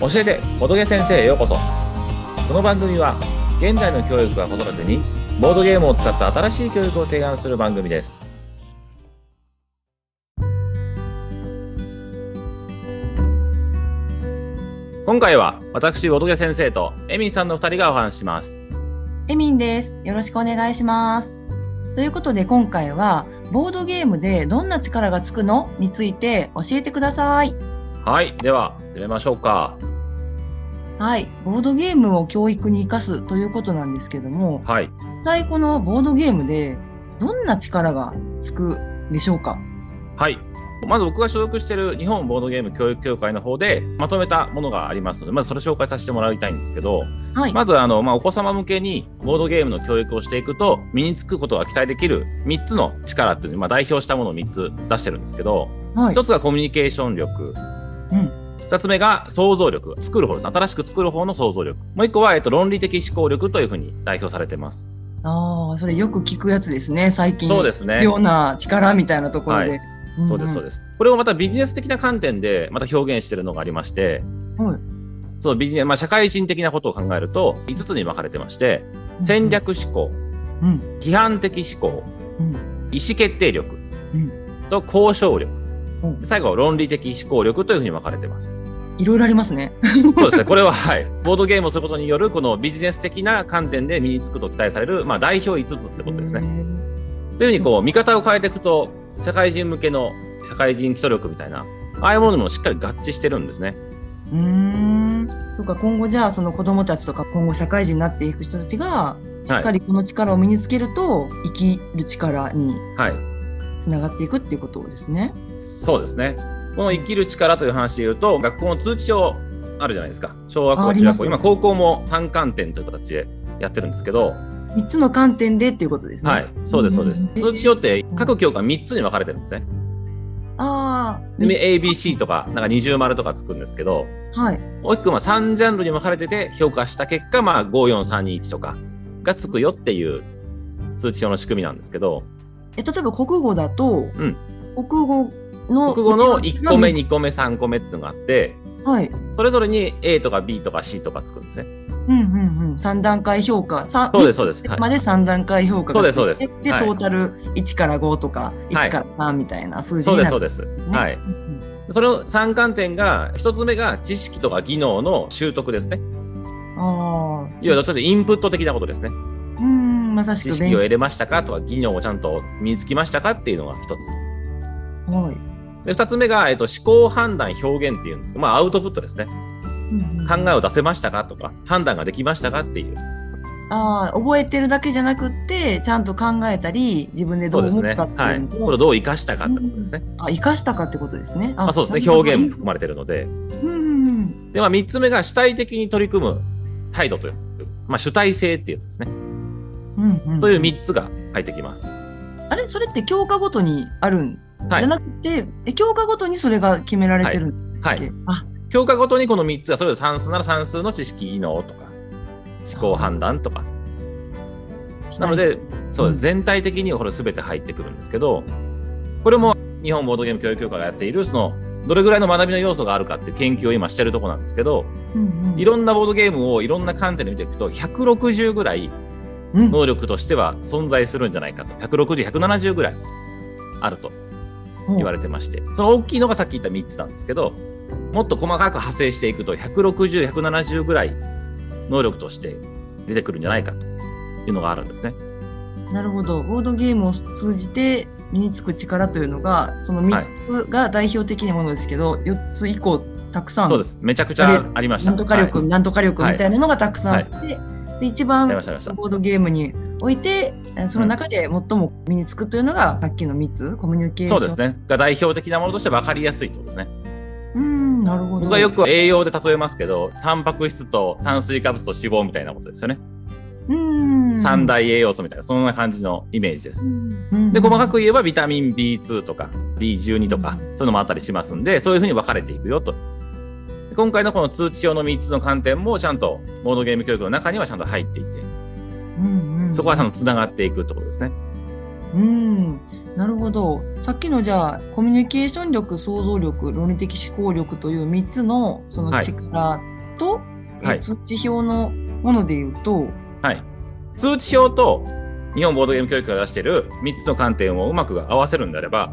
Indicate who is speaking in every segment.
Speaker 1: 教えて仏先生へようこそこの番組は現在の教育は子育てにボードゲームを使った新しい教育を提案する番組です今回は私仏先生とエミンさんの2人がお話しします
Speaker 2: エミンです。よろしくお願いします。ということで今回はボードゲームでどんな力がつくのについて教えてください。
Speaker 1: はいでは始めましょうか
Speaker 2: はい、ボードゲームを教育に生かすということなんですけども、
Speaker 1: はい
Speaker 2: 実際このボードゲームでどんな力がつくでしょうか。
Speaker 1: はい。まず僕が所属している日本ボードゲーム教育協会の方でまとめたものがありますので、まずそれ紹介させてもらいたいんですけど、
Speaker 2: はい。
Speaker 1: まずあの、まあ、お子様向けにボードゲームの教育をしていくと身につくことが期待できる3つの力っていうのをまあ、代表したものを3つ出してるんですけど、
Speaker 2: はい。
Speaker 1: 1つがコミュニケーション力、
Speaker 2: うん。
Speaker 1: 2つ目が想像力、作る方です。新しく作る方の想像力。もう1個は、えっと、論理的思考力というふうに代表されてます。
Speaker 2: ああ、それよく聞くやつですね。最近。
Speaker 1: そうですすね。
Speaker 2: ような力みたいなところで。
Speaker 1: はい
Speaker 2: んん
Speaker 1: そうです、そうです。これをまたビジネス的な観点でまた表現してるのがありまして、
Speaker 2: はい
Speaker 1: そのビジネス、まあ、社会人的なことを考えると、5つに分かれてまして、戦。略思考、
Speaker 2: うん。
Speaker 1: 批判的思考、
Speaker 2: うん。
Speaker 1: 意思決定力
Speaker 2: うん
Speaker 1: と交渉力、
Speaker 2: うん
Speaker 1: 最後は論理的思考力というふうに分かれて ます。
Speaker 2: いろいろありますね。
Speaker 1: そうですね、これは、はい、ボードゲームをすることによる、このビジネス的な観点で身につくと期待される、まあ、代表5つってことですね。
Speaker 2: ね。
Speaker 1: というふうにこう見方を変えていくと社会人向けの社会人基礎力みたいなああいうものもしっかり合致してるんですね。
Speaker 2: うーん。そうか、今後じゃあ、その子供たちとか、今後社会人になっていく人たちが、しっかりこの力を身につけると、生きる力に
Speaker 1: はい、
Speaker 2: つながっていくっていうことですね。
Speaker 1: そうですね。この生きる力という話で言うと学校の通知表あるじゃないですか小学
Speaker 2: ああ
Speaker 1: 校
Speaker 2: り
Speaker 1: 中
Speaker 2: ま
Speaker 1: 学
Speaker 2: す
Speaker 1: 校今高校も三観点という形でやってるんですけど、
Speaker 2: 三つの観点でっていうことですね。
Speaker 1: はい、そうですそうです
Speaker 2: ん。
Speaker 1: 通知表って各教科3つに分かれてるんですね。
Speaker 2: ああ、
Speaker 1: で ABC とかなんか二重丸とかつくんですけど
Speaker 2: はい。
Speaker 1: 大きくまあ3ジャンルに分かれてて評価した結果、まあ、54321とかがつくよっていう通知表の仕組みなんですけど
Speaker 2: え、例えば国語だと、
Speaker 1: ん
Speaker 2: 国語の、
Speaker 1: 国語の1個目、2個目3個目っていうのがあって
Speaker 2: はい。
Speaker 1: それぞれに A とか B とか C とかつくんですね。
Speaker 2: うんうんうん。三段階評価。さ
Speaker 1: そうですそうですはい
Speaker 2: まで三段階評価がついて
Speaker 1: そうですそうです
Speaker 2: で、
Speaker 1: はい
Speaker 2: トータル1から5とか、
Speaker 1: はい
Speaker 2: 1から3みたいな数字
Speaker 1: そう
Speaker 2: に
Speaker 1: で
Speaker 2: な
Speaker 1: すそ
Speaker 2: る
Speaker 1: うんです。
Speaker 2: ですね。
Speaker 1: はい。
Speaker 2: うんうん
Speaker 1: それの三観点が一つ目が知識とか技能の習得ですね。
Speaker 2: ああ。
Speaker 1: いわゆるちょっとインプット的なことですね。
Speaker 2: うん、まさし
Speaker 1: 知
Speaker 2: く
Speaker 1: 識を得れましたかとか技能をちゃんと身につきましたかっていうのが一つ。
Speaker 2: はい。
Speaker 1: で二つ目が、えっと、思考判断表現っていうんですけど、まあ、アウトプットですね。考え
Speaker 2: え。
Speaker 1: を出せましたかとか判断ができましたかっていう
Speaker 2: ああ、覚えてるだけじゃなくって、ちゃんと考えたり、自分で
Speaker 1: そ
Speaker 2: ど
Speaker 1: う
Speaker 2: う
Speaker 1: です
Speaker 2: 思
Speaker 1: ね
Speaker 2: ったって
Speaker 1: はいいう
Speaker 2: の
Speaker 1: こ
Speaker 2: を、
Speaker 1: れをどう生かしたかってことですね、
Speaker 2: あ、生かしたかってことですね。
Speaker 1: ま
Speaker 2: あ
Speaker 1: あ、そうですね表現も含まれてるので
Speaker 2: うんうんうん。
Speaker 1: で、まあ、3つ目が主体的に取り組む態度という、まあ、主体性っていうやつですね
Speaker 2: うんうん
Speaker 1: という3つが入ってきます
Speaker 2: あれそれって教科ごとにあるん、
Speaker 1: は
Speaker 2: じゃ
Speaker 1: い
Speaker 2: なくてえ教科ごとにそれが決められてるんです
Speaker 1: はい
Speaker 2: っけ
Speaker 1: はい
Speaker 2: あ
Speaker 1: 教科ごとにこの3つがそれぞれ算数なら算数の知識技能とか思考判断とかなのでそうです全体的にこれ全て入ってくるんですけどこれも日本ボードゲーム教育協会がやっているそのどれぐらいの学びの要素があるかっていう研究を今してるところなんですけど
Speaker 2: うんうん
Speaker 1: いろんなボードゲームをいろんな観点で見ていくと160ぐらい
Speaker 2: うん
Speaker 1: 能力としては存在するんじゃないかと160170ぐらいあると言われてましてその大きいのがさっき言った3つなんですけどもっと細かく派生していくと160170ぐらい能力として出てくるんじゃないかというのがあるんですね。
Speaker 2: なるほどボードゲームを通じて身につく力というのがその
Speaker 1: はい
Speaker 2: 3つが代表的なものですけど、4つ以降たくさん
Speaker 1: そうですめちゃくちゃありました。
Speaker 2: なんとか力、
Speaker 1: はい
Speaker 2: なんとか力みたいなのがたくさんあって、で一番
Speaker 1: ありましたありました
Speaker 2: ボードゲームにおいてえその中で最も身につくというのが、さっきの3つコミュニケーショ
Speaker 1: そ
Speaker 2: ン
Speaker 1: うですねが代表的なものとして分かりやすいってことですね。
Speaker 2: うんなるほど
Speaker 1: 僕はよく栄養で例えますけどタンパク質と炭水化物と脂肪みたいなことですよね。
Speaker 2: うん
Speaker 1: 三大栄養素みたいなそんな感じのイメージです。で
Speaker 2: で
Speaker 1: 細かく言えばビタミン B2 とか B12 とか
Speaker 2: うん
Speaker 1: そういうのもあったりしますんでそういうふうに分かれていくよと。で今回のこの通知表の3つの観点もちゃんとボードゲーム教育の中にはちゃんと入っていてそこはちゃんとつながっていくってことですね。
Speaker 2: うんなるほどさっきのじゃあコミュニケーション力想像力論理的思考力という3つのその
Speaker 1: はい
Speaker 2: 力と、え
Speaker 1: はい
Speaker 2: 通知表のもので言うと、
Speaker 1: はい、通知表と日本ボードゲーム教育が出している3つの観点をうまく合わせるんであれば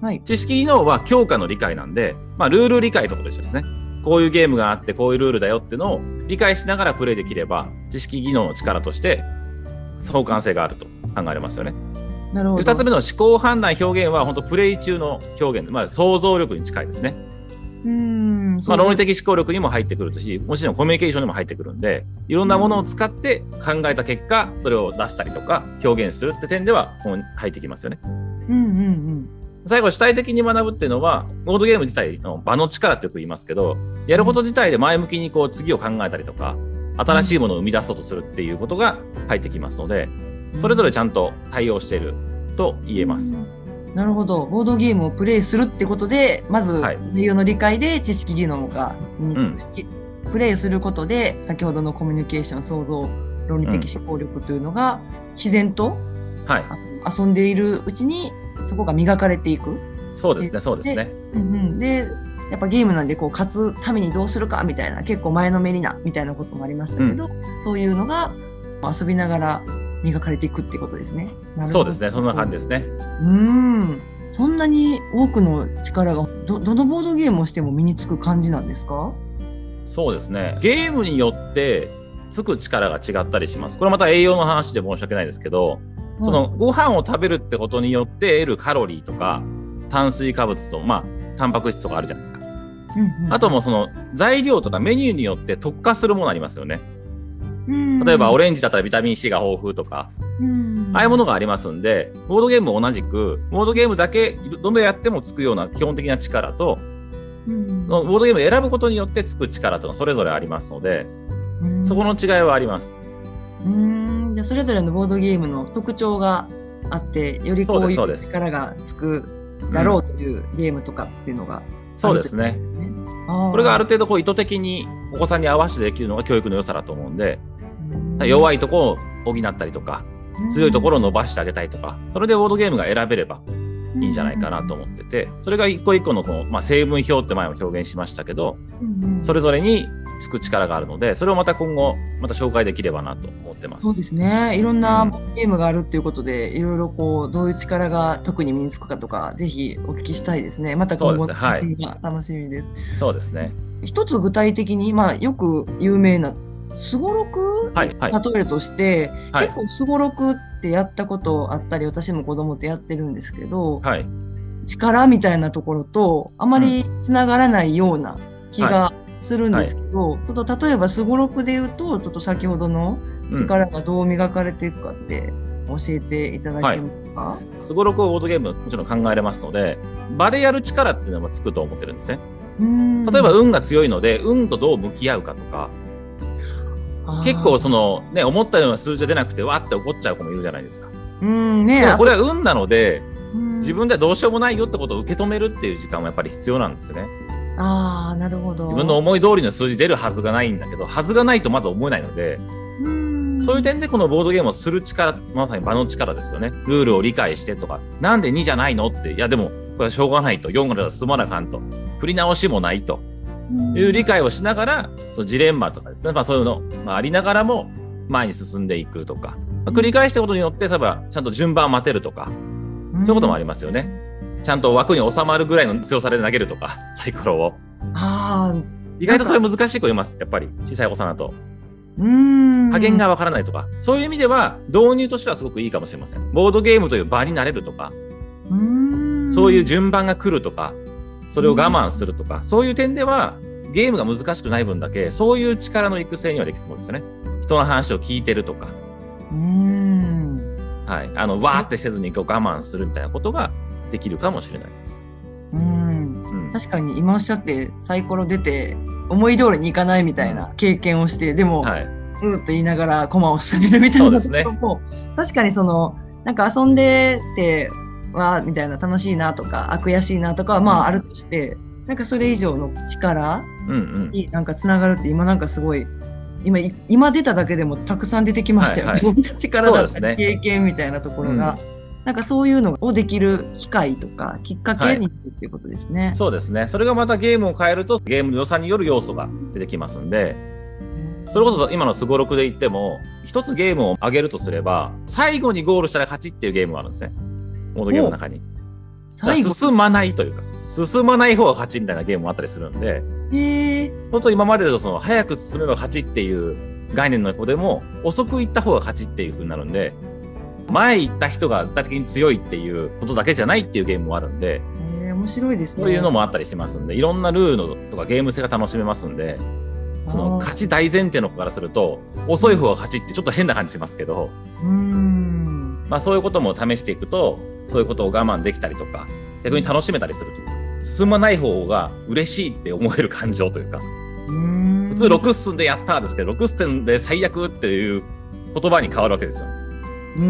Speaker 2: はい、
Speaker 1: 知識技能は教科の理解なんで、まあ、ルール理解とこと一緒ですねこういうゲームがあってこういうルールだよってのを理解しながらプレイできれば知識技能の力として相関性があると考えられますよね
Speaker 2: なるほど。
Speaker 1: 2つ目の思考判断表現は本当プレイ中の表現で、まあ、想像力に近いですね、
Speaker 2: うーん、
Speaker 1: ま
Speaker 2: そ
Speaker 1: あ、
Speaker 2: う
Speaker 1: 論理的思考力にも入ってくるしもちろんコミュニケーションにも入ってくるんでいろんなものを使って考えた結果それを出したりとか表現するって点ではこう入ってきますよね
Speaker 2: うんうん
Speaker 1: 最後主体的に学ぶっていうのはボードゲーム自体の場の力ってよく言いますけどやること自体で前向きにこう次を考えたりとか新しいものを生み出そうとするっていうことが入ってきますので
Speaker 2: うん。
Speaker 1: それぞれち
Speaker 2: ゃん
Speaker 1: ゃんと対応していると言えます。。
Speaker 2: なるほど。ボードゲームをプレイするってことで、まず
Speaker 1: はい
Speaker 2: 内容の理解で知識技能が身につくし、プレイすることで先ほどのコミュニケーション、想像、論理的思考力というのが自然と
Speaker 1: はい、
Speaker 2: あ遊んでいるうちにそこが磨かれていく。
Speaker 1: そうですね、そうですね。
Speaker 2: うんうん、でやっぱゲームなんでこう勝つためにどうするかみたいな結構前のめりなみたいなこともありましたけど、そういうのが遊びながら磨かれていくってことですね。なるほど
Speaker 1: そうですね、そんな感じですね。
Speaker 2: うんそんなに多くの力がどどのボードゲームをしても身につく感じなんですか
Speaker 1: そうですね。ゲームによってつく力が違ったりします。これまた栄養の話で申し訳ないですけど、そのご飯を食べるってことによって得るカロリーとか炭水化物とまあタンパク質とかあるじゃないですか。
Speaker 2: うんうんうん
Speaker 1: あともうその材料とかメニューによって特化するものありますよね。
Speaker 2: うん
Speaker 1: 例えばオレンジだったらビタミン C が豊富とか、
Speaker 2: うん
Speaker 1: ああいうものがありますんで、ボードゲームも同じく、ボードゲームだけどんどんやってもつくような基本的な力と、
Speaker 2: うん
Speaker 1: ボードゲームを選ぶことによってつく力というのはそれぞれありますので、
Speaker 2: うん
Speaker 1: そこの違いはあります。
Speaker 2: うんじゃあそれぞれのボードゲームの特徴があってよりこうい
Speaker 1: そう
Speaker 2: う
Speaker 1: ですそうです
Speaker 2: 力がつくだろうというゲームとかっていうのが、
Speaker 1: そうですね。
Speaker 2: こ
Speaker 1: これがある程度こう意図的にお子さんに合わせてできるのが教育の良さだと思うんで、弱
Speaker 2: い
Speaker 1: いところを補ったりとか、強いところを伸ばしてあげたいとか、それでボードゲームが選べればいいんじゃないかなと思ってて、それが一個一個のこの、まあ、成分表って前も表現しましたけど、そ
Speaker 2: れ
Speaker 1: れぞれにつく力があるので、それをまた今後、また紹介できればなと思ってます
Speaker 2: そう。ですねいろんな
Speaker 1: うん
Speaker 2: ボードゲームがあるっていうことで、いろいろこうどういう力が特に身につくかとかぜひお聞きしたいですねまた今
Speaker 1: そ
Speaker 2: 後
Speaker 1: うですねはい
Speaker 2: 続きが楽しみです、
Speaker 1: そうですね。
Speaker 2: 一つ具体的に今よく有名なすごろく
Speaker 1: はい、はい、
Speaker 2: 例えるとして、
Speaker 1: はい
Speaker 2: 結、構すごろくってやったことあったり私も子供ってやってるんですけど、
Speaker 1: はい、
Speaker 2: 力みたいなところとあまりつながらないような気がするんですけど、ちょっと例えばすごろくで言うとちょっと先ほどの
Speaker 1: うん
Speaker 2: 力がどう磨かれていくかって教えていただけますか、
Speaker 1: すごろくをボードゲームもちろん考えれますので、場でやる力っていうのもつくと思ってるんですね。
Speaker 2: うん
Speaker 1: 例えば運が強いので、運とどう向き合うかとか、
Speaker 2: あー
Speaker 1: 結構そのね、思ったような数字が出なくて、わーって怒っちゃう子もいるじゃないですか。
Speaker 2: うんね
Speaker 1: でもこ
Speaker 2: れ
Speaker 1: れは運なので、自分ではどうしようもないよってことを受け止めるっていう時間もやっぱり必要なんですよね。
Speaker 2: ああなるほど
Speaker 1: 自分の思い通りの数字出るはずがないんだけど、はずがないとまず思えないので、
Speaker 2: うん
Speaker 1: そういう点でこのボードゲームをする力、まさに場の力ですよね。ルールを理解してとか、なんで2じゃないのって、いやでも、これはしょうがないと、4が進まなあかんと、振り直しもないという理解をしながら、そのジレンマとかですね、まあそういうの、まあ、ありながらも前に進んでいくとか、まあ繰り返したことによって、例えばちゃんと順番待てるとか、そういうこともありますよね。ちゃんと枠に収まるぐらいの強さで投げるとか、 サイコロを。
Speaker 2: ああ
Speaker 1: 意外とそれ難しい子います、やっぱり、小さいお子さんだと。
Speaker 2: うん
Speaker 1: 加減がわからないとか、そういう意味では導入としてはすごくいいかもしれません。ボードゲームという場になれるとか、
Speaker 2: うん
Speaker 1: そういう順番が来るとか、それを我慢するとか、そういう点ではゲームが難しくない分だけ、そういう力の育成にはできそうですよね。人の話を聞いてるとか、
Speaker 2: うん
Speaker 1: はい、あのわーってせずにこう我慢するみたいなことができるかもしれないです。
Speaker 2: うん
Speaker 1: うん、
Speaker 2: 確かに今おっしゃってサイコロ出て思い通りにいかないみたいな経験をしてでも、
Speaker 1: はい、
Speaker 2: うーって言いながら駒を進めるみたいな
Speaker 1: そうですね
Speaker 2: ことも確かにそのなんか遊んでてわーみたいな楽しいなとかあ悔しいなとかはまああるとして、なんかそれ以上の力
Speaker 1: うんうん。
Speaker 2: になんかつながるって今なんかすごい今い今出ただけでもたくさん出てきましたよね、
Speaker 1: はい
Speaker 2: 力だっ
Speaker 1: そ
Speaker 2: た
Speaker 1: うですね
Speaker 2: り経験みたいなところが、なんかそういうのをできる機会とかきっかけになるっていうことですね。
Speaker 1: そうですね。それがまたゲームを変えると、ゲームの良さによる要素が出てきますんで、それこそ今のスゴロクで言っても、一つゲームを上げるとすれば、最後にゴールしたら勝ちっていうゲームがあるんですね。モードゲームの中に。だから
Speaker 2: 最後
Speaker 1: 進まないというか、進まない方が勝ちみたいなゲームもあったりするんで、
Speaker 2: へえ
Speaker 1: 本当今までだとその早く進めば勝ちっていう概念の子でも遅く行った方が勝ちっていう風になるんで前行った人が絶対的に強いっていうことだけじゃないっていうゲームもあるんで
Speaker 2: へえ面白いですね。
Speaker 1: そういうのもあったりしますんでいろんなルールのとかゲーム性が楽しめますんでその
Speaker 2: あー
Speaker 1: 勝ち大前提の子からすると遅い方が勝ちってちょっと変な感じしますけど、
Speaker 2: うーん
Speaker 1: まあ、そういうことも試していくとそういうことを我慢できたりとか逆に楽しめたりするというか進まない方が嬉しいって思える感情というか
Speaker 2: うーん
Speaker 1: 普通6進んでやったーですけど6進で最悪っていう言葉に変わるわけですよ。
Speaker 2: うー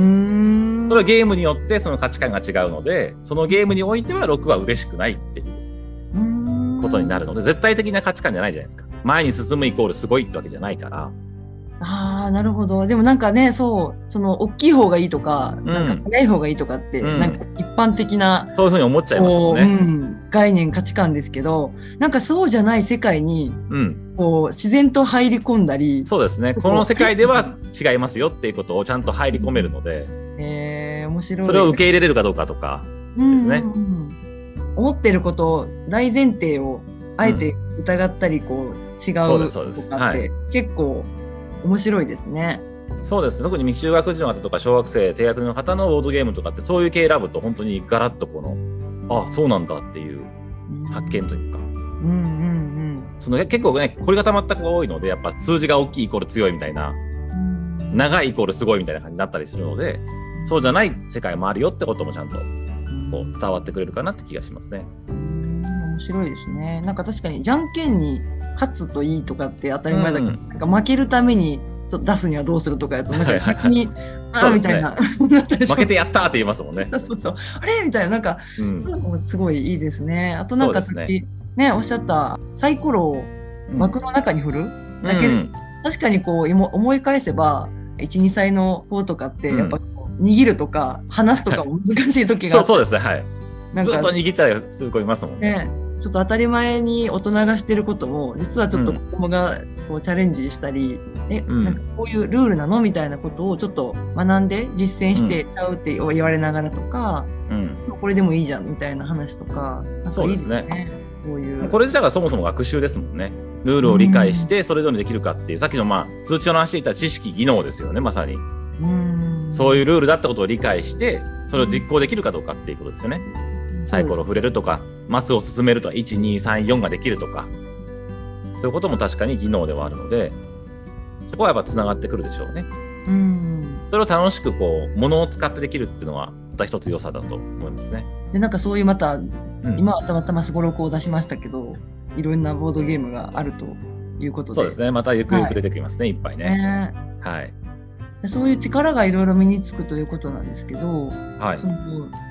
Speaker 2: ん
Speaker 1: それはゲームによってその価値観が違うのでそのゲームにおいては6は嬉しくないっていう
Speaker 2: うーん
Speaker 1: ことになるので絶対的な価値観じゃないじゃないですか。前に進むイコールすごいってわけじゃないから。
Speaker 2: ああ、なるほど。でもなんかね、そう、その大きい方がいいとか、
Speaker 1: ん
Speaker 2: なんか早い方がいいとかって、
Speaker 1: うん
Speaker 2: なんか一般的な、
Speaker 1: そういうふうに思っちゃいます
Speaker 2: こ
Speaker 1: よ
Speaker 2: う、
Speaker 1: ね。
Speaker 2: うん、概念、価値観ですけど、なんかそうじゃない世界に、
Speaker 1: うん。
Speaker 2: こう、自然と入り込んだり、
Speaker 1: そうですね。この世界では違いますよっていうことをちゃんと入り込めるので、
Speaker 2: えー、面白い。
Speaker 1: それを受け入れれるかどうかとか。
Speaker 2: け
Speaker 1: ですね
Speaker 2: 思ってること、大前提を、あえて疑ったり、こう、違う
Speaker 1: そうですそうです
Speaker 2: とかっ
Speaker 1: は
Speaker 2: て、結構面白いですね。
Speaker 1: そうですね。特に未就学児の方とか小学生、低学年の方のボードゲームとかってそういう系選ぶと本当にガラッとこの、あ、そうなんだっていう発見というか、
Speaker 2: うんうん
Speaker 1: その結構ね、凝り固まった子が多いので、やっぱ数字が大きいイコール強いみたいな、
Speaker 2: うん。
Speaker 1: 長いイコールすごいみたいな感じになったりするので、そうじゃない世界もあるよってこともちゃんとこう伝わってくれるかなって気がしますね。
Speaker 2: うん面白いですね。なんか確かにじゃんけんに勝つといいとかって当たり前だけ
Speaker 1: う
Speaker 2: ど、
Speaker 1: ん
Speaker 2: なんか負けるためにちょっと出すにはどうするとかやとなんか逆にあ
Speaker 1: そ
Speaker 2: あ
Speaker 1: うで
Speaker 2: み
Speaker 1: す
Speaker 2: た
Speaker 1: ね
Speaker 2: いな なったりし
Speaker 1: 負
Speaker 2: ま
Speaker 1: けてやったーって言いますもんね。
Speaker 2: すそうそうあれみたいななんか
Speaker 1: う
Speaker 2: そ
Speaker 1: ん。
Speaker 2: ういうのもすごいいいですね。あとなんか
Speaker 1: そ
Speaker 2: さ
Speaker 1: うで
Speaker 2: っ
Speaker 1: す
Speaker 2: きねおっしゃったサイコロを枠の中に振る、だけ
Speaker 1: う
Speaker 2: で
Speaker 1: ん
Speaker 2: 確かにこう今思い返せば12歳の子とかってやっぱこう握るとか離すとかも難しい時が
Speaker 1: そう
Speaker 2: あって
Speaker 1: そうですね。はい。
Speaker 2: なん
Speaker 1: ずっ
Speaker 2: か
Speaker 1: と握ったらすごいますもんね。
Speaker 2: ね、ちょっと当たり前に大人がしてることも実はちょっと
Speaker 1: うん
Speaker 2: 子供がこうチャレンジしたり、え
Speaker 1: うん
Speaker 2: なんかこういうルールなのみたいなことをちょっと学んで実践してちゃうって言われながらとか、
Speaker 1: うん。
Speaker 2: これでもいいじゃんみたいな話とかなんかいい
Speaker 1: そうで
Speaker 2: そういう
Speaker 1: これ自体がそもそも学習ですもんね。ルールを理解して、それぞれできるかっていう、さっきのまあ、通知の話で言った知識、技能ですよね、まさに。
Speaker 2: うん
Speaker 1: そういうルールだってことを理解して、それを実行できるかどうかっていうことですよね。サイコロ
Speaker 2: そう
Speaker 1: を振れるとか、マスを進めるとか、1、2、3、4ができるとか、そういうことも確かに技能ではあるので、そこはやっぱ繋がってくるでしょうね。
Speaker 2: ですうん
Speaker 1: それを楽しくこう、物を使ってできるっていうのは、また一つ良さだと思いますね。
Speaker 2: でなんかそういうまた
Speaker 1: うん
Speaker 2: 今はたまたますごろくを出しましたけどいろんなボードゲームがあるということで
Speaker 1: そうですね。またゆくゆく出てきますね、い、っぱいね。
Speaker 2: ね
Speaker 1: はい。
Speaker 2: そういう力がいろいろ身につくということなんですけど、
Speaker 1: はい
Speaker 2: そ。の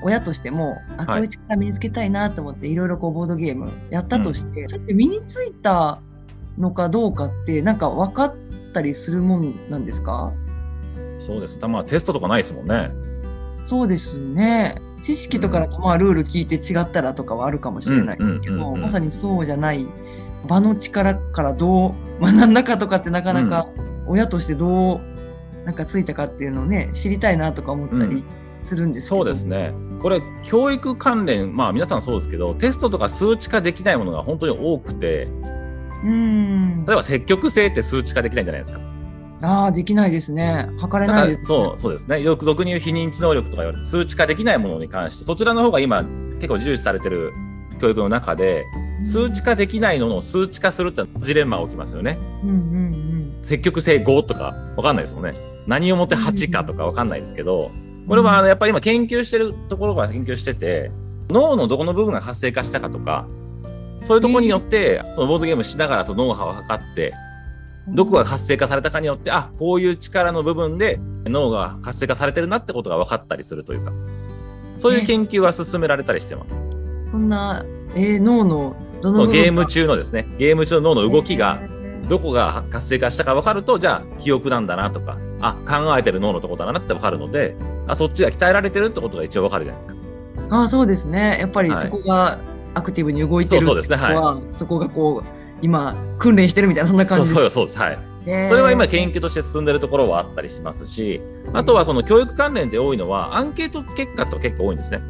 Speaker 2: 親としてもあこ
Speaker 1: はいう
Speaker 2: いう力身につけたいなと思っていろいろこうボードゲームやったとして、それって身についたのかどうかってなんか分かったりするもんなんですか
Speaker 1: そうです。たまあ、テストとかないですもんね。
Speaker 2: そうですね知識とかだとまあルール聞いて違ったらとかはあるかもしれないですけ
Speaker 1: うんうんうん
Speaker 2: ど
Speaker 1: うん
Speaker 2: まさにそうじゃない場の力からどう学んだかとかってなかなか親としてどうなんかついたかっていうのをね知りたいなとか思ったりするんですけど、
Speaker 1: そうですね。これ、教育関連、まあ皆さんそうですけど、テストとか数値化できないものが本当に多くて、
Speaker 2: うん
Speaker 1: 例えば積極性って数値化できないじゃないですか。
Speaker 2: ああ、できないですね。測れ
Speaker 1: だか
Speaker 2: な
Speaker 1: ら
Speaker 2: いです、ね。
Speaker 1: そうそうですね。よく俗に言う非認知能力とか言われて、数値化できないものに関して、そちらの方が今結構重視されてる教育の中で、数値化できないのを数値化するってジレンマが起きますよね。
Speaker 2: うんうん
Speaker 1: 積極性5とかわかんないですもんね。何をもって8かとかわかんないですけど、
Speaker 2: うん。
Speaker 1: これはあ
Speaker 2: う
Speaker 1: のやっぱり今研究してるところが研究してて脳のどこの部分が活性化したかとかそういうところによってそのボードゲームしながらその脳波を測って
Speaker 2: ん、
Speaker 1: どこが活性化されたかによってあこういう力の部分で脳が活性化されてるなってことが分かったりするというかそういう研究は進められたりしてます。
Speaker 2: そんな、えー、脳の
Speaker 1: そ
Speaker 2: どの
Speaker 1: の
Speaker 2: 部分
Speaker 1: ゲー
Speaker 2: が
Speaker 1: ム中のですねゲーム中の脳の動きが
Speaker 2: えー
Speaker 1: どこが活性化したか分かるとじゃあ記憶なんだなとかあ考えてる脳のとこだなって分かるのであそっちが鍛えられてるってことが一応分かるじゃないですか。
Speaker 2: ああそうですねやっぱり
Speaker 1: はい
Speaker 2: そこがアクティブに動いてる
Speaker 1: そうそうですねはい
Speaker 2: ってことそこがこう今訓練してるみたいなそんな感じ
Speaker 1: そう
Speaker 2: で
Speaker 1: よ
Speaker 2: す
Speaker 1: そうです、はい、
Speaker 2: ね
Speaker 1: それは今研究として進んでるところはあったりしますしあとはその教育関連で多いのはアンケート結果とか結構多いんですね。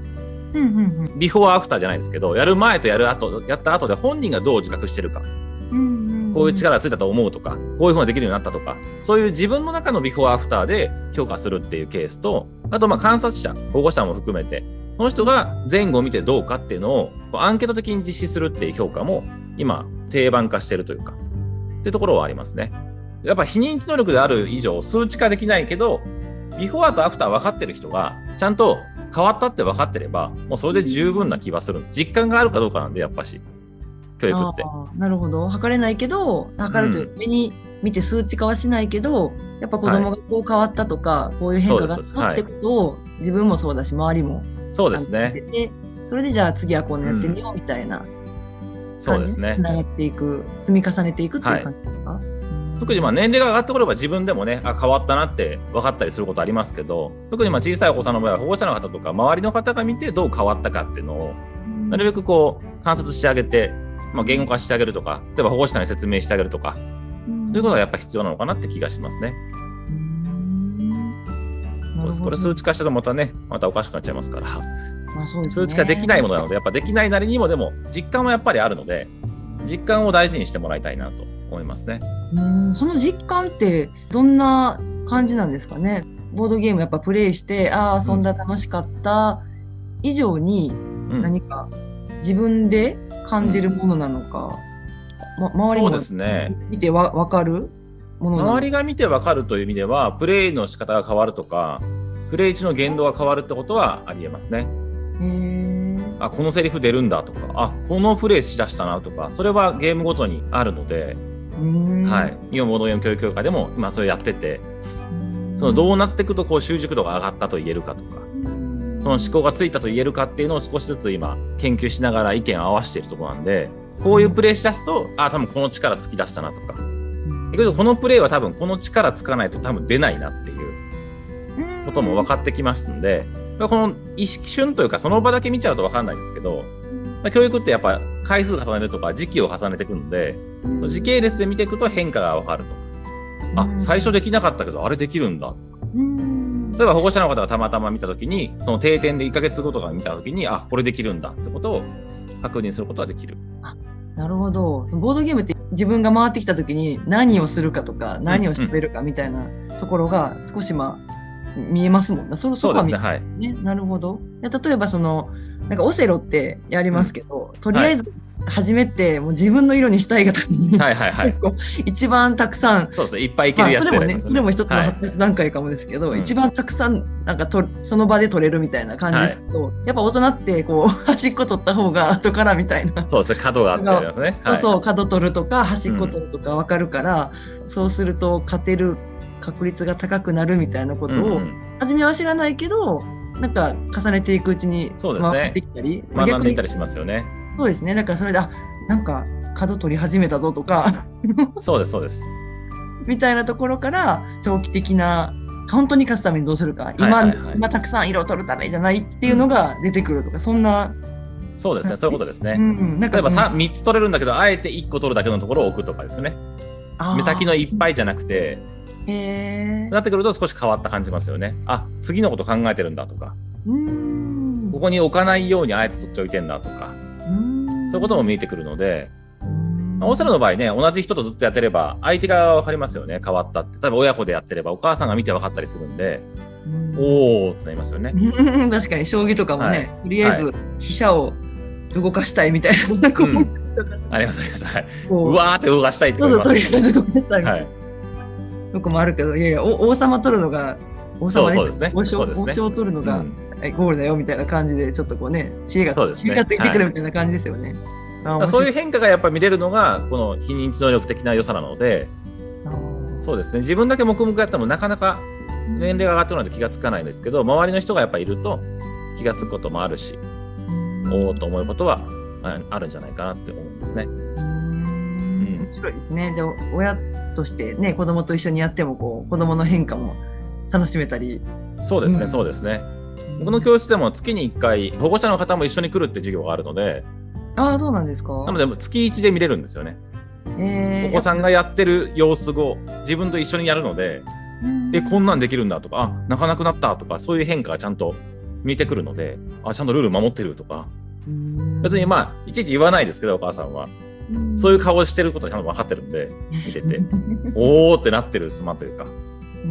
Speaker 2: うんうん
Speaker 1: ビフォーアフターじゃないですけどやる前とやる後やった後で本人がどう自覚してるか
Speaker 2: うんん
Speaker 1: こういう力がついたと思うとか、こういうふうにできるようになったとか、そういう自分の中のビフォーアフターで評価するっていうケースと、あとまあ観察者、保護者も含めて、その人が前後を見てどうかっていうのをこうアンケート的に実施するっていう評価も今定番化してるというか、っていうところはありますね。やっぱ非認知能力である以上数値化できないけど、ビフォーとアフター分かってる人がちゃんと変わったって分かってれば、もうそれで十分な気はするんです。実感があるかどうかなんで、やっぱし、教育って。
Speaker 2: あーなるほど測れないけど測るという目に見て数値化はしないけど、やっぱ子供がこう変わったとか、こういう変化があ
Speaker 1: そう
Speaker 2: っ
Speaker 1: ですは
Speaker 2: たっ
Speaker 1: い
Speaker 2: てことを、自分もそうだし周りも
Speaker 1: そうです
Speaker 2: あの
Speaker 1: ね
Speaker 2: 見。ててそれでじゃあ次はこうやってみようみたいな
Speaker 1: そう
Speaker 2: 感
Speaker 1: で
Speaker 2: じ
Speaker 1: す
Speaker 2: で
Speaker 1: ね
Speaker 2: つ。ながっていく、積み重ねていくっていう感じですか、
Speaker 1: 特にまあ
Speaker 2: ね
Speaker 1: 年齢が上がってくれば自分でもねあ変わったなって分かったりすることありますけど特にまあ小さいお子さんの場合は保護者の方とか周りの方が見てどう変わったかっていうのをなるべくこう観察してあげて、まあ、言語化してあげるとか例えば保護者に説明してあげるとかということがやっぱ必要なのかなって気がしますね。そうですこれ数値化したとまたねまたおかしくなっちゃいますから
Speaker 2: まあそうです
Speaker 1: 数
Speaker 2: ね
Speaker 1: 値化できないものなのでやっぱできないなりにもでも実感はやっぱりあるので実感を大事にしてもらいたいなと思いますね。
Speaker 2: うんその実感ってどんな感じなんですかねボードゲームやっぱプレイしてああ遊んだ楽しかった以上に
Speaker 1: うん
Speaker 2: 何か自分で感じるものなのか、ま、周り
Speaker 1: そう
Speaker 2: も
Speaker 1: ですね
Speaker 2: 見てわ分かるものなのか
Speaker 1: 周りが見てわかるという意味ではプレイの仕方が変わるとかプレイ中の言動が変わるってことはありえますね
Speaker 2: へー
Speaker 1: あこのセリフ出るんだとかあこのプレイしだしたなとかそれはゲームごとにあるので、
Speaker 2: うん
Speaker 1: はい、日本ボードゲーム教育協会でも今それやっててそのどうなっていくとこう習熟度が上がったと言えるかとかその思考がついたと言えるかっていうのを少しずつ今研究しながら意見を合わせているところなんでこういうプレイしだすとあ多分この力突き出したなとかだけどこのプレイは多分この力つかないと多分出ないなっていうことも分かってきますんで、この一瞬というか、その場だけ見ちゃうと分かんないですけど、まあ教育ってやっぱ回数重ねるとか、時期を重ねていくので、時系列で見ていくと変化が分かると。あ
Speaker 2: う、ん
Speaker 1: 最初できなかったけど、あれできるんだ。
Speaker 2: うん
Speaker 1: 例えば保護者の方がたまたま見たときに、その定点で1ヶ月後とか見たときに、あ、これできるんだってことを確認することができる。
Speaker 2: なるほど。そのボードゲームって自分が回ってきた時に何をするかとか何を喋るかみたいなところが少しまあ見えますもんな。そろ
Speaker 1: そ
Speaker 2: そ
Speaker 1: う
Speaker 2: こ
Speaker 1: で
Speaker 2: は
Speaker 1: す
Speaker 2: 見
Speaker 1: ね、はい。
Speaker 2: えますね。なるほど。で例えばそのなんかオセロってやりますけど、とりあえず初めてもう自分の色にしたいがために、
Speaker 1: はいはいはい
Speaker 2: 結。構一番たくさん
Speaker 1: そうですね、いっぱいいけ
Speaker 2: ま
Speaker 1: るや
Speaker 2: あ、そ
Speaker 1: つ
Speaker 2: れ
Speaker 1: 選び
Speaker 2: もね、
Speaker 1: ます
Speaker 2: それも一つの
Speaker 1: はい
Speaker 2: 発達段階かもですけど、
Speaker 1: うん
Speaker 2: 一番たくさん、なんかと、その場で取れるみたいな感じですけど、やっぱ大人って、こう、 端っこ取った方が後からみたいな
Speaker 1: そうですね、角があってありますね。
Speaker 2: そう
Speaker 1: はい
Speaker 2: そう、角取るとか端っこ取るとか分かるから、そうすると勝てる確率が高くなるみたいなこと
Speaker 1: うんう
Speaker 2: を、
Speaker 1: ん
Speaker 2: 初めは知らないけどなんか重ねていくうちに
Speaker 1: そうですね
Speaker 2: 回ってきたり、
Speaker 1: 学んでいった
Speaker 2: り
Speaker 1: りしますよね。
Speaker 2: そうですねだからそれであなんか角取り始めたぞとか
Speaker 1: そうです、そうです。
Speaker 2: みたいなところから長期的な本当に勝つためにどうするか今,、
Speaker 1: はいはいはい
Speaker 2: 今たくさん色を取るためじゃないっていうのが出てくるとか、そんな,、
Speaker 1: そうですね、そういうことですね。
Speaker 2: うんうん、なんか
Speaker 1: 例えば 3, 3つ取れるんだけどあえて1個取るだけのところを置くとかですね目先のいっぱいじゃなくて
Speaker 2: へえ
Speaker 1: なってくると少し変わった感じますよねあ次のこと考えてるんだとか
Speaker 2: うん
Speaker 1: ここに置かないようにあえてそっち置いてんだとかそういうことも見えてくるので、まあオセロの場合ね同じ人とずっとやってれば相手が分かりますよね変わったって例えば親子でやってればお母さんが見て分かったりするんで
Speaker 2: うん
Speaker 1: おおってなりますよね。
Speaker 2: うん 確かに将棋とかもね、
Speaker 1: はい
Speaker 2: とりあえず飛車を動かしたいみたいな、こう
Speaker 1: うんありますあります。はいう
Speaker 2: こう
Speaker 1: わーって動かしたいって
Speaker 2: そ
Speaker 1: 思
Speaker 2: う
Speaker 1: い
Speaker 2: そ
Speaker 1: ま
Speaker 2: うと
Speaker 1: す
Speaker 2: り。あえず動かしたいみた
Speaker 1: はいい、
Speaker 2: なとこもあるけど、い、やいやお王様取るのが王
Speaker 1: そ
Speaker 2: 様
Speaker 1: うそうですね。
Speaker 2: 王
Speaker 1: そ
Speaker 2: 将
Speaker 1: うです
Speaker 2: 王
Speaker 1: ね。
Speaker 2: 将取るの
Speaker 1: う
Speaker 2: が、
Speaker 1: ん
Speaker 2: はいゴールだよみたいな感じでちょっとこうね知恵が、
Speaker 1: そうです
Speaker 2: 知
Speaker 1: ね
Speaker 2: 恵がついてくるみたいな感じですよね。
Speaker 1: だ
Speaker 2: あ
Speaker 1: から
Speaker 2: 面
Speaker 1: そう
Speaker 2: 白
Speaker 1: いう
Speaker 2: い
Speaker 1: 変化がやっぱ見れるのがこの非認知能力的な良さなので
Speaker 2: あー
Speaker 1: そうですね自分だけ黙々やってもなかなか年齢が上がってこないと気がつかないんですけど周りの人がやっぱいると気がつくこともあるしおおと思うことはああるんじゃないかなって思うんですね。
Speaker 2: うん面白いですね。じゃあ親としてね子供と一緒にやってもこう子供の変化も楽しめたり。
Speaker 1: そうですね、
Speaker 2: うん
Speaker 1: そうですね。僕の教室でも月に1回保護者の方も一緒に来るって授業があるので、
Speaker 2: ああそうなんですか。
Speaker 1: なので月1で見れるんですよね。
Speaker 2: えー
Speaker 1: お子さんがやってる様子を自分と一緒にやるので、え、こんなんできるんだとか、あ、泣かなくなったとか、そういう変化がちゃんと見てくるので、あ、ちゃんとルール守ってるとか、
Speaker 2: うん
Speaker 1: 別にまあ、いちいち言わないですけど、お母さんは。そういう顔をしてることはちゃんと分かってるんで、見て て、おーってなってる様というか、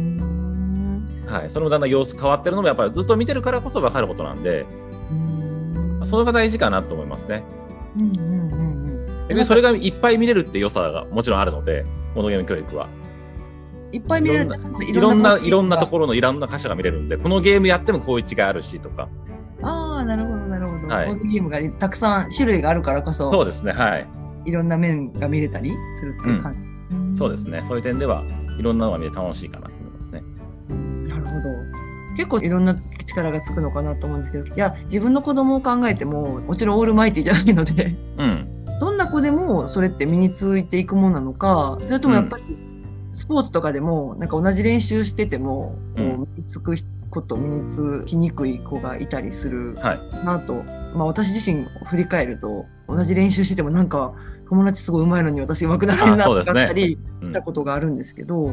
Speaker 2: うん
Speaker 1: はい、そのだんだん様子変わってるのも、やっぱりずっと見てるからこそ分かることなんで、
Speaker 2: うん
Speaker 1: それが大事かなと思いますね。
Speaker 2: うんうんうんうん
Speaker 1: 逆にそれがいっぱい見れるって良さがもちろんあるので、モノゲーム教育は。
Speaker 2: いっぱい見れる
Speaker 1: いろんな、いろんなと
Speaker 2: ろ。
Speaker 1: ころのいろんな箇所が見れるんで、このゲームやってもこういう違いあるしとか、
Speaker 2: ああなるほどなるほど。
Speaker 1: はい
Speaker 2: ボードゲームがたくさん種類があるからこそ
Speaker 1: そうですね、はい。
Speaker 2: いろんな面が見れたりするっていう感じ。ん
Speaker 1: そうですね、そういう点ではいろんなのが見て楽しいかなと思いますね。
Speaker 2: なるほど。結構いろんな力がつくのかなと思うんですけど、いや、自分の子供を考えても、もちろんオールマイティじゃないので、
Speaker 1: うん、
Speaker 2: どんな子でもそれって身についていくもんなのか、それともやっぱりスポーツとかでも、なんか同じ練習してても、こ
Speaker 1: うん
Speaker 2: う身につくこと、身につきにくい子がいたりする
Speaker 1: はい。
Speaker 2: なと、まあ私自身振り返ると、同じ練習しててもなんか友達すごい上手いのに私上手くなれんな
Speaker 1: あそう
Speaker 2: とかあ
Speaker 1: で
Speaker 2: っ
Speaker 1: すね
Speaker 2: たり
Speaker 1: うん
Speaker 2: したことがあるんですけど、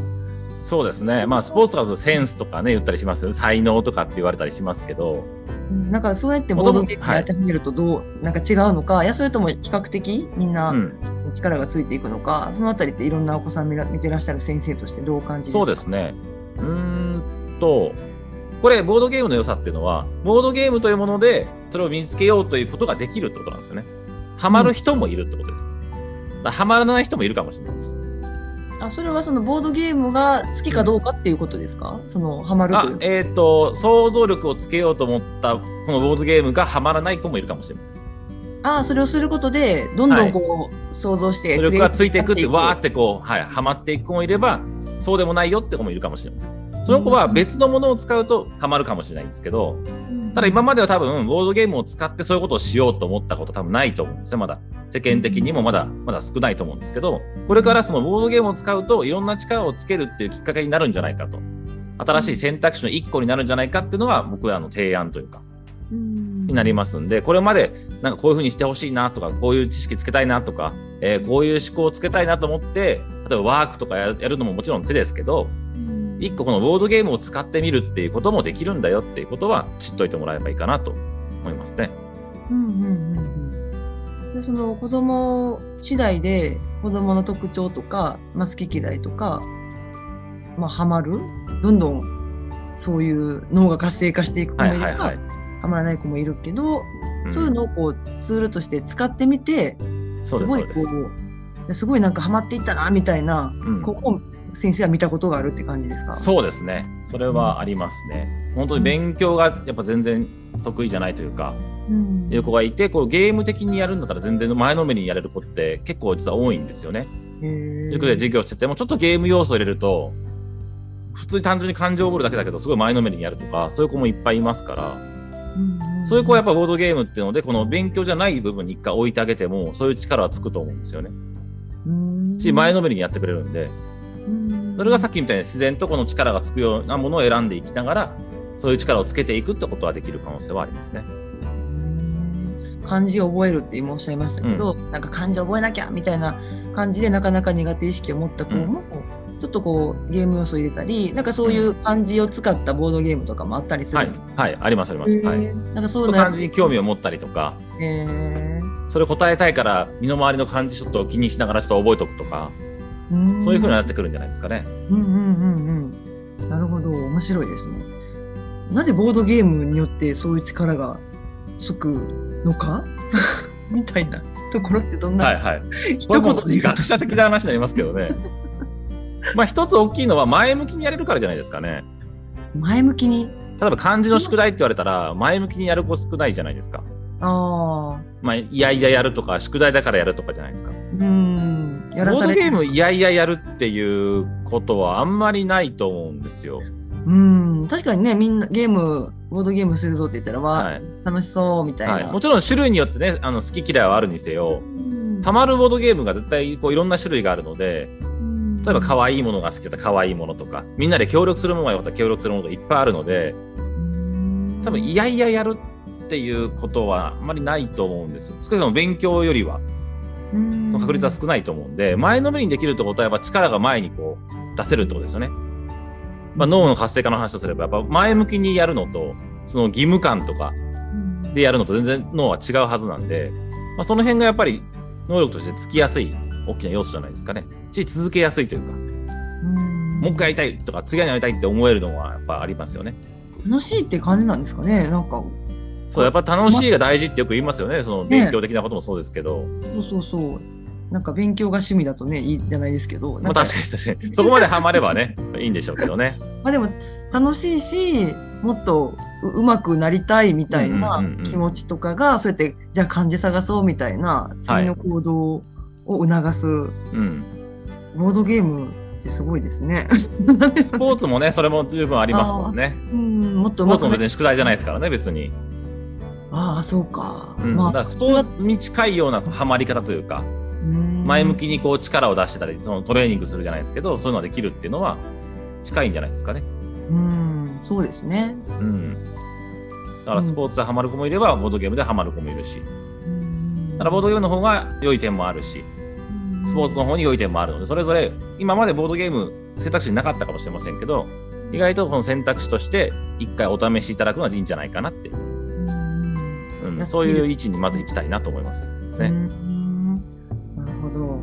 Speaker 1: そうですね、まあ、スポーツだとセンスとかね、言ったりしますよね、才能とかって言われたりしますけど、
Speaker 2: なんかそうやってボードゲームに当てはめるとどう、なんか違うのかいやそれとも比較的みん
Speaker 1: う、
Speaker 2: なん力がついていくのか、そのあたりっていろんなお子さん見ら見てらっしゃる先生としてどうお感じ
Speaker 1: そうですすね。うーんと、これ、ボードゲームの良さっていうのは、ボードゲームというもので、それを身につけようということができるってことなんですよね。ハマる人もいるってことです。だからハマらない人もいるかもしれないです。
Speaker 2: かあそれはそのボードゲームが好きかどうかっていうことですか、そのハマる
Speaker 1: あ
Speaker 2: という
Speaker 1: えっ、と、想像力をつけようと思った、このボードゲームがハマらない子もいるかもしれません。
Speaker 2: あそれをすることでどんどんこう、想像して
Speaker 1: 努力がついていくって、わー
Speaker 2: っ
Speaker 1: ってこう、はい、はまっていく子もいれば、そうでもないよって子もいるかもしれません。その子は別のものを使うとハマるかもしれないんですけど、ただ今までは多分、ボードゲームを使ってそういうことをしようと思ったこと多分ないと思うんですね、まだ。世間的にもまだ、まだ少ないと思うんですけど、これからそのボードゲームを使うといろんな力をつけるっていうきっかけになるんじゃないかと。新しい選択肢の一個になるんじゃないかっていうのが僕らの提案というか、になりますんで、これまでなんかこういうふうにしてほしいなとか、こういう知識つけたいなとか、えーこういう思考をつけたいなと思って、例えばワークとかややるのももちろん手ですけど、一個このボードゲームを使ってみるっていうこともできるんだよっていうことは知っといてもらえばいいかなと思いますね。
Speaker 2: うんうんうんうん、でその子供次第で子供の特徴とか、まあ、好き嫌いとか、まあ、ハマるどんどんそういう脳が活性化していく子
Speaker 1: は
Speaker 2: もい
Speaker 1: い
Speaker 2: れば、
Speaker 1: はいはい。
Speaker 2: ハマらない子もいるけど、
Speaker 1: うん
Speaker 2: そういうのをこうツールとして使ってみて
Speaker 1: そう
Speaker 2: す
Speaker 1: です
Speaker 2: ご
Speaker 1: そ
Speaker 2: いうこ
Speaker 1: です。
Speaker 2: うですごいなんかハマっていったなみたいな、
Speaker 1: うん
Speaker 2: ここを先生は見たことがあるって感じですか
Speaker 1: そうですね。それはありますね。本当に勉強がやっぱ全然得意じゃないというか、
Speaker 2: うん
Speaker 1: いう子がいて、こうゲーム的にやるんだったら全然前のめりにやれる子って結構実は多いんですよね。
Speaker 2: へー
Speaker 1: 塾で授業しててもちょっとゲーム要素を入れると普通に単純に感情を覚えるだけだけどすごい前のめりにやるとかそういう子もいっぱいいますから
Speaker 2: うんんん
Speaker 1: そういう子はやっぱボードゲームっていうのでこの勉強じゃない部分に一回置いてあげてもそういう力はつくと思うんですよね
Speaker 2: うん
Speaker 1: し前のめりにやってくれるんで
Speaker 2: うん
Speaker 1: それがさっきみたいに自然とこの力がつくようなものを選んでいきながらそういう力をつけていくってことはできる可能性はありますね
Speaker 2: 漢字を覚えるって今おっしゃいましたけど、なんか漢字覚えなきゃみたいな感じでなかなか苦手意識を持った子も、ちょっとこうゲーム要素を入れたりなんかそういう漢字を使ったボードゲームとかもあったりする、
Speaker 1: はいはいありますありますはいちょ
Speaker 2: なんかそ
Speaker 1: っ
Speaker 2: う
Speaker 1: と
Speaker 2: いうのや
Speaker 1: 漢字に興味を持ったりとか
Speaker 2: へー
Speaker 1: それ答えたいから身の回りの漢字ちょっと気にしながらちょっと覚えておくとかそういうふうになってくるんじゃないですかね
Speaker 2: うんうんうんうんなるほど面白いですねなぜボードゲームによってそういう力がつくのか みたいなところってどんな、
Speaker 1: はいはい
Speaker 2: 一
Speaker 1: これ
Speaker 2: 言
Speaker 1: も
Speaker 2: で言うと
Speaker 1: 学者的な話になりますけどね。 まあ一つ大きいのは前向きにやれるからじゃないですかね。
Speaker 2: 前向きに
Speaker 1: 例えば漢字の宿題って言われたら前向きにやる子少ないじゃないですか。
Speaker 2: ああ
Speaker 1: まあいやいややるとか宿題だからやるとかじゃないですか。
Speaker 2: うん、やら
Speaker 1: ボー
Speaker 2: さ
Speaker 1: ド
Speaker 2: れ
Speaker 1: ゲームいやいややるっていうことはあんまりないと思うんですよ。
Speaker 2: うん、確かにね、みんなゲーム、ボードゲームするぞって言ったら、わ、
Speaker 1: はい。
Speaker 2: 楽しそうみたいな。
Speaker 1: はい、もちろん種類によってね、あの好き嫌いはあるにせよ、たまるボードゲームが絶対こういろんな種類があるので、例えば可愛いものが好きだったら可愛いものとか、みんなで協力するものがよかったら協力するものがいっぱいあるので、多分いやいややるっていうことはあんまりないと思うんですよ。少なくとも勉強よりは、
Speaker 2: う
Speaker 1: そ
Speaker 2: ん
Speaker 1: の確率は少ないと思うんで、前のめりにできるってことはやっぱ力が前にこう出せるってことですよね。まあ、脳の活性化の話とすれば、やっぱ前向きにやるのと、その義務感とか
Speaker 2: うん
Speaker 1: でやるのと全然脳は違うはずなんで、まあ、その辺がやっぱり能力としてつきやすい大きな要素じゃないですかね。し、続けやすいというか、
Speaker 2: うん
Speaker 1: もう一回やりたいとか、次はやりたいって思えるのはやっぱありますよね。
Speaker 2: 楽しいって感じなんですかねなんか
Speaker 1: そう、やっぱ楽しいが大事ってよく言いますよね。その勉強的なこともそうですけど。
Speaker 2: そうそうそうなんか勉強が趣味だとねいいじゃないですけどな
Speaker 1: まあ
Speaker 2: んか
Speaker 1: 確かに確かに。そこまでハマればね、いいんでしょうけどね。
Speaker 2: まあでも楽しいしもっとううまくなりたいみたい
Speaker 1: うん
Speaker 2: な
Speaker 1: うんうんうん
Speaker 2: 気持ちとかがそうやってじゃあ漢字探そうみたいな次の行動を促す
Speaker 1: うん。
Speaker 2: ボードゲームってすごいですね。
Speaker 1: スポーツ もね、それも十分ありますもんね。
Speaker 2: うんもっと
Speaker 1: ス
Speaker 2: う
Speaker 1: ポー
Speaker 2: ま
Speaker 1: ツも
Speaker 2: く
Speaker 1: 別
Speaker 2: な
Speaker 1: に宿題じゃないですからね、別に。
Speaker 2: ああそうか。
Speaker 1: うん、だからスポー
Speaker 2: ツ
Speaker 1: ツに近いようなハマり方というか、前
Speaker 2: 前
Speaker 1: 向きにこう力を出してたり、そのトレーニングするじゃないですけど、そういうのができるっていうのは近いんじゃないですかね。
Speaker 2: うんそうですね。
Speaker 1: うん。だからスポーツでハマる子もいれば、ボードゲームでハマる子もいるし、
Speaker 2: うん
Speaker 1: ただボードゲームの方が良い点もあるし、スポーツの方に良い点もあるので、それぞれ今までボードゲーム選択肢になかったかもしれませんけど、意外とこの選択肢として一回お試しいただくのはいいんじゃないかなって、
Speaker 2: うん
Speaker 1: うん、そういう位置にまず行きたいなと思います。ね
Speaker 2: うんなるほど。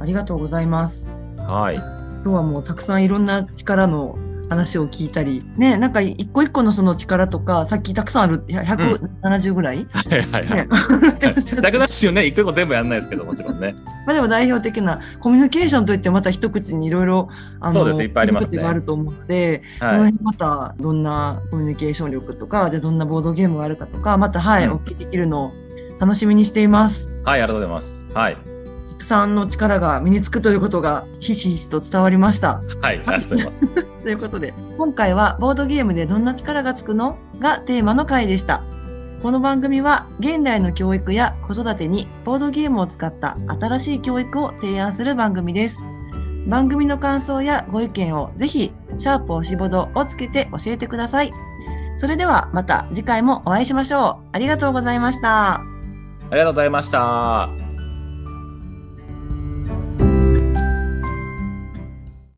Speaker 2: ありがとうございます。
Speaker 1: はい。
Speaker 2: 今日はもうたくさんいろんな力の話を聞いたり、ね、なんか一個一個のその力とか、さっきたくさんある、170ぐらい、
Speaker 1: はいはい はい。
Speaker 2: ねおっしゃって
Speaker 1: なくなっちゃうね、一個一個全部やんないですけど、もちろんね。
Speaker 2: まあでも代表的なコミュニケーションといってまた一口にいろいろ、あ
Speaker 1: そうですいっぱいありますね
Speaker 2: 手があると思うので、その
Speaker 1: はい。
Speaker 2: 辺またどんなコミュニケーション力とか、じゃあどんなボードゲームがあるかとか、またはい、
Speaker 1: うん
Speaker 2: お聞きできるのを楽しみにしています。
Speaker 1: はい、ありがとうございます。はい。
Speaker 2: たくさんの力が身につくということがひしひしと伝わりました。
Speaker 1: はい、ありがとうございます。
Speaker 2: ということで今回は「ボードゲームでどんな力がつくの?」がテーマの回でしたこの番組は現代の教育や子育てにボードゲームを使った新しい教育を提案する番組です番組の感想やご意見をぜひ「シャープおしぼど」をつけて教えてくださいそれではまた次回もお会いしましょうありがとうございました
Speaker 1: ありがとうございました。